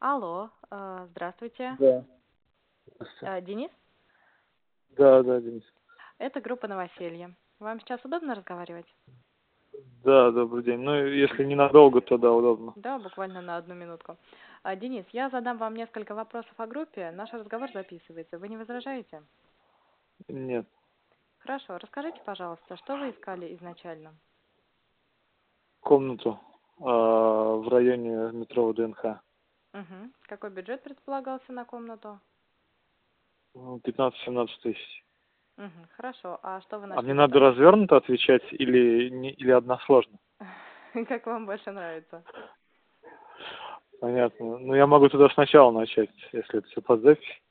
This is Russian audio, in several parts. Алло, э, здравствуйте. Да. Здравствуйте. Э, Денис, Да, да, Денис. это группа «Новоселье». Вам сейчас удобно разговаривать? Да, добрый день. Ну, если ненадолго, то да, удобно. Да, буквально на одну минутку. А, Денис, я задам вам несколько вопросов о группе. Наш разговор записывается. Вы не возражаете? Нет. Хорошо. Расскажите, пожалуйста, что вы искали изначально? Комнату а, в районе метро ДНХ. Угу. Какой бюджет предполагался на комнату? 15-17 Ну, тысяч. Угу. Хорошо. А что вы А нашли? мне надо развернуто отвечать или, не, или односложно? Как вам больше нравится? Понятно. Ну, я могу туда сначала начать, если это все под запись.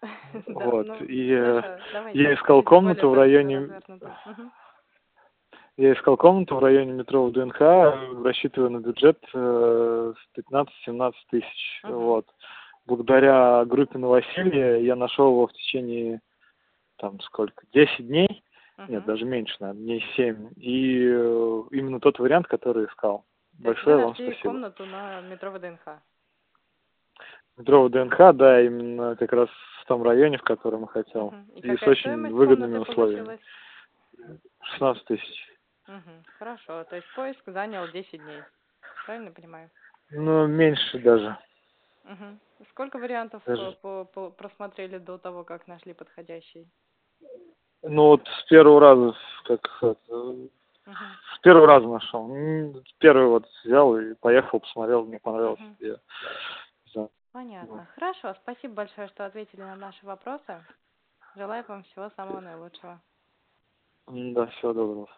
Да, Вот. ну, И э, хорошо, давайте. я искал комнату в Более районе- развернуто. Мгм. я искал комнату в районе метро ДНХ, э, рассчитывая на бюджет э, с 15-17 тысяч. Ага. Вот. Благодаря группе «Новоселье» я нашел его в течение, там, сколько, 10 дней? Нет, Мгм. даже меньше, наверное, дней 7. И э, именно тот вариант, который искал. То есть Большое вы вам нашли спасибо. комнату на метро ВДНХ. Метро ДНХ, да, именно как раз в том районе, в котором я хотел. Мгм. И с какая очень стоимость выгодными комнаты условиями. получилась? 16 тысяч. Мгм. Хорошо, то есть поиск занял 10 дней. Правильно понимаю? Ну, меньше даже. Мгм. Сколько вариантов э, Даже. по- по- просмотрели до того, как нашли подходящий? Ну, вот с первого раза, как это, Мгм. С первого раза нашел. М, Первый вот взял и поехал, посмотрел, мне понравилось. Мгм. Я за- Понятно. Хорошо, спасибо большое, что ответили на наши вопросы. Желаю вам всего самого наилучшего. М, Да, всего доброго.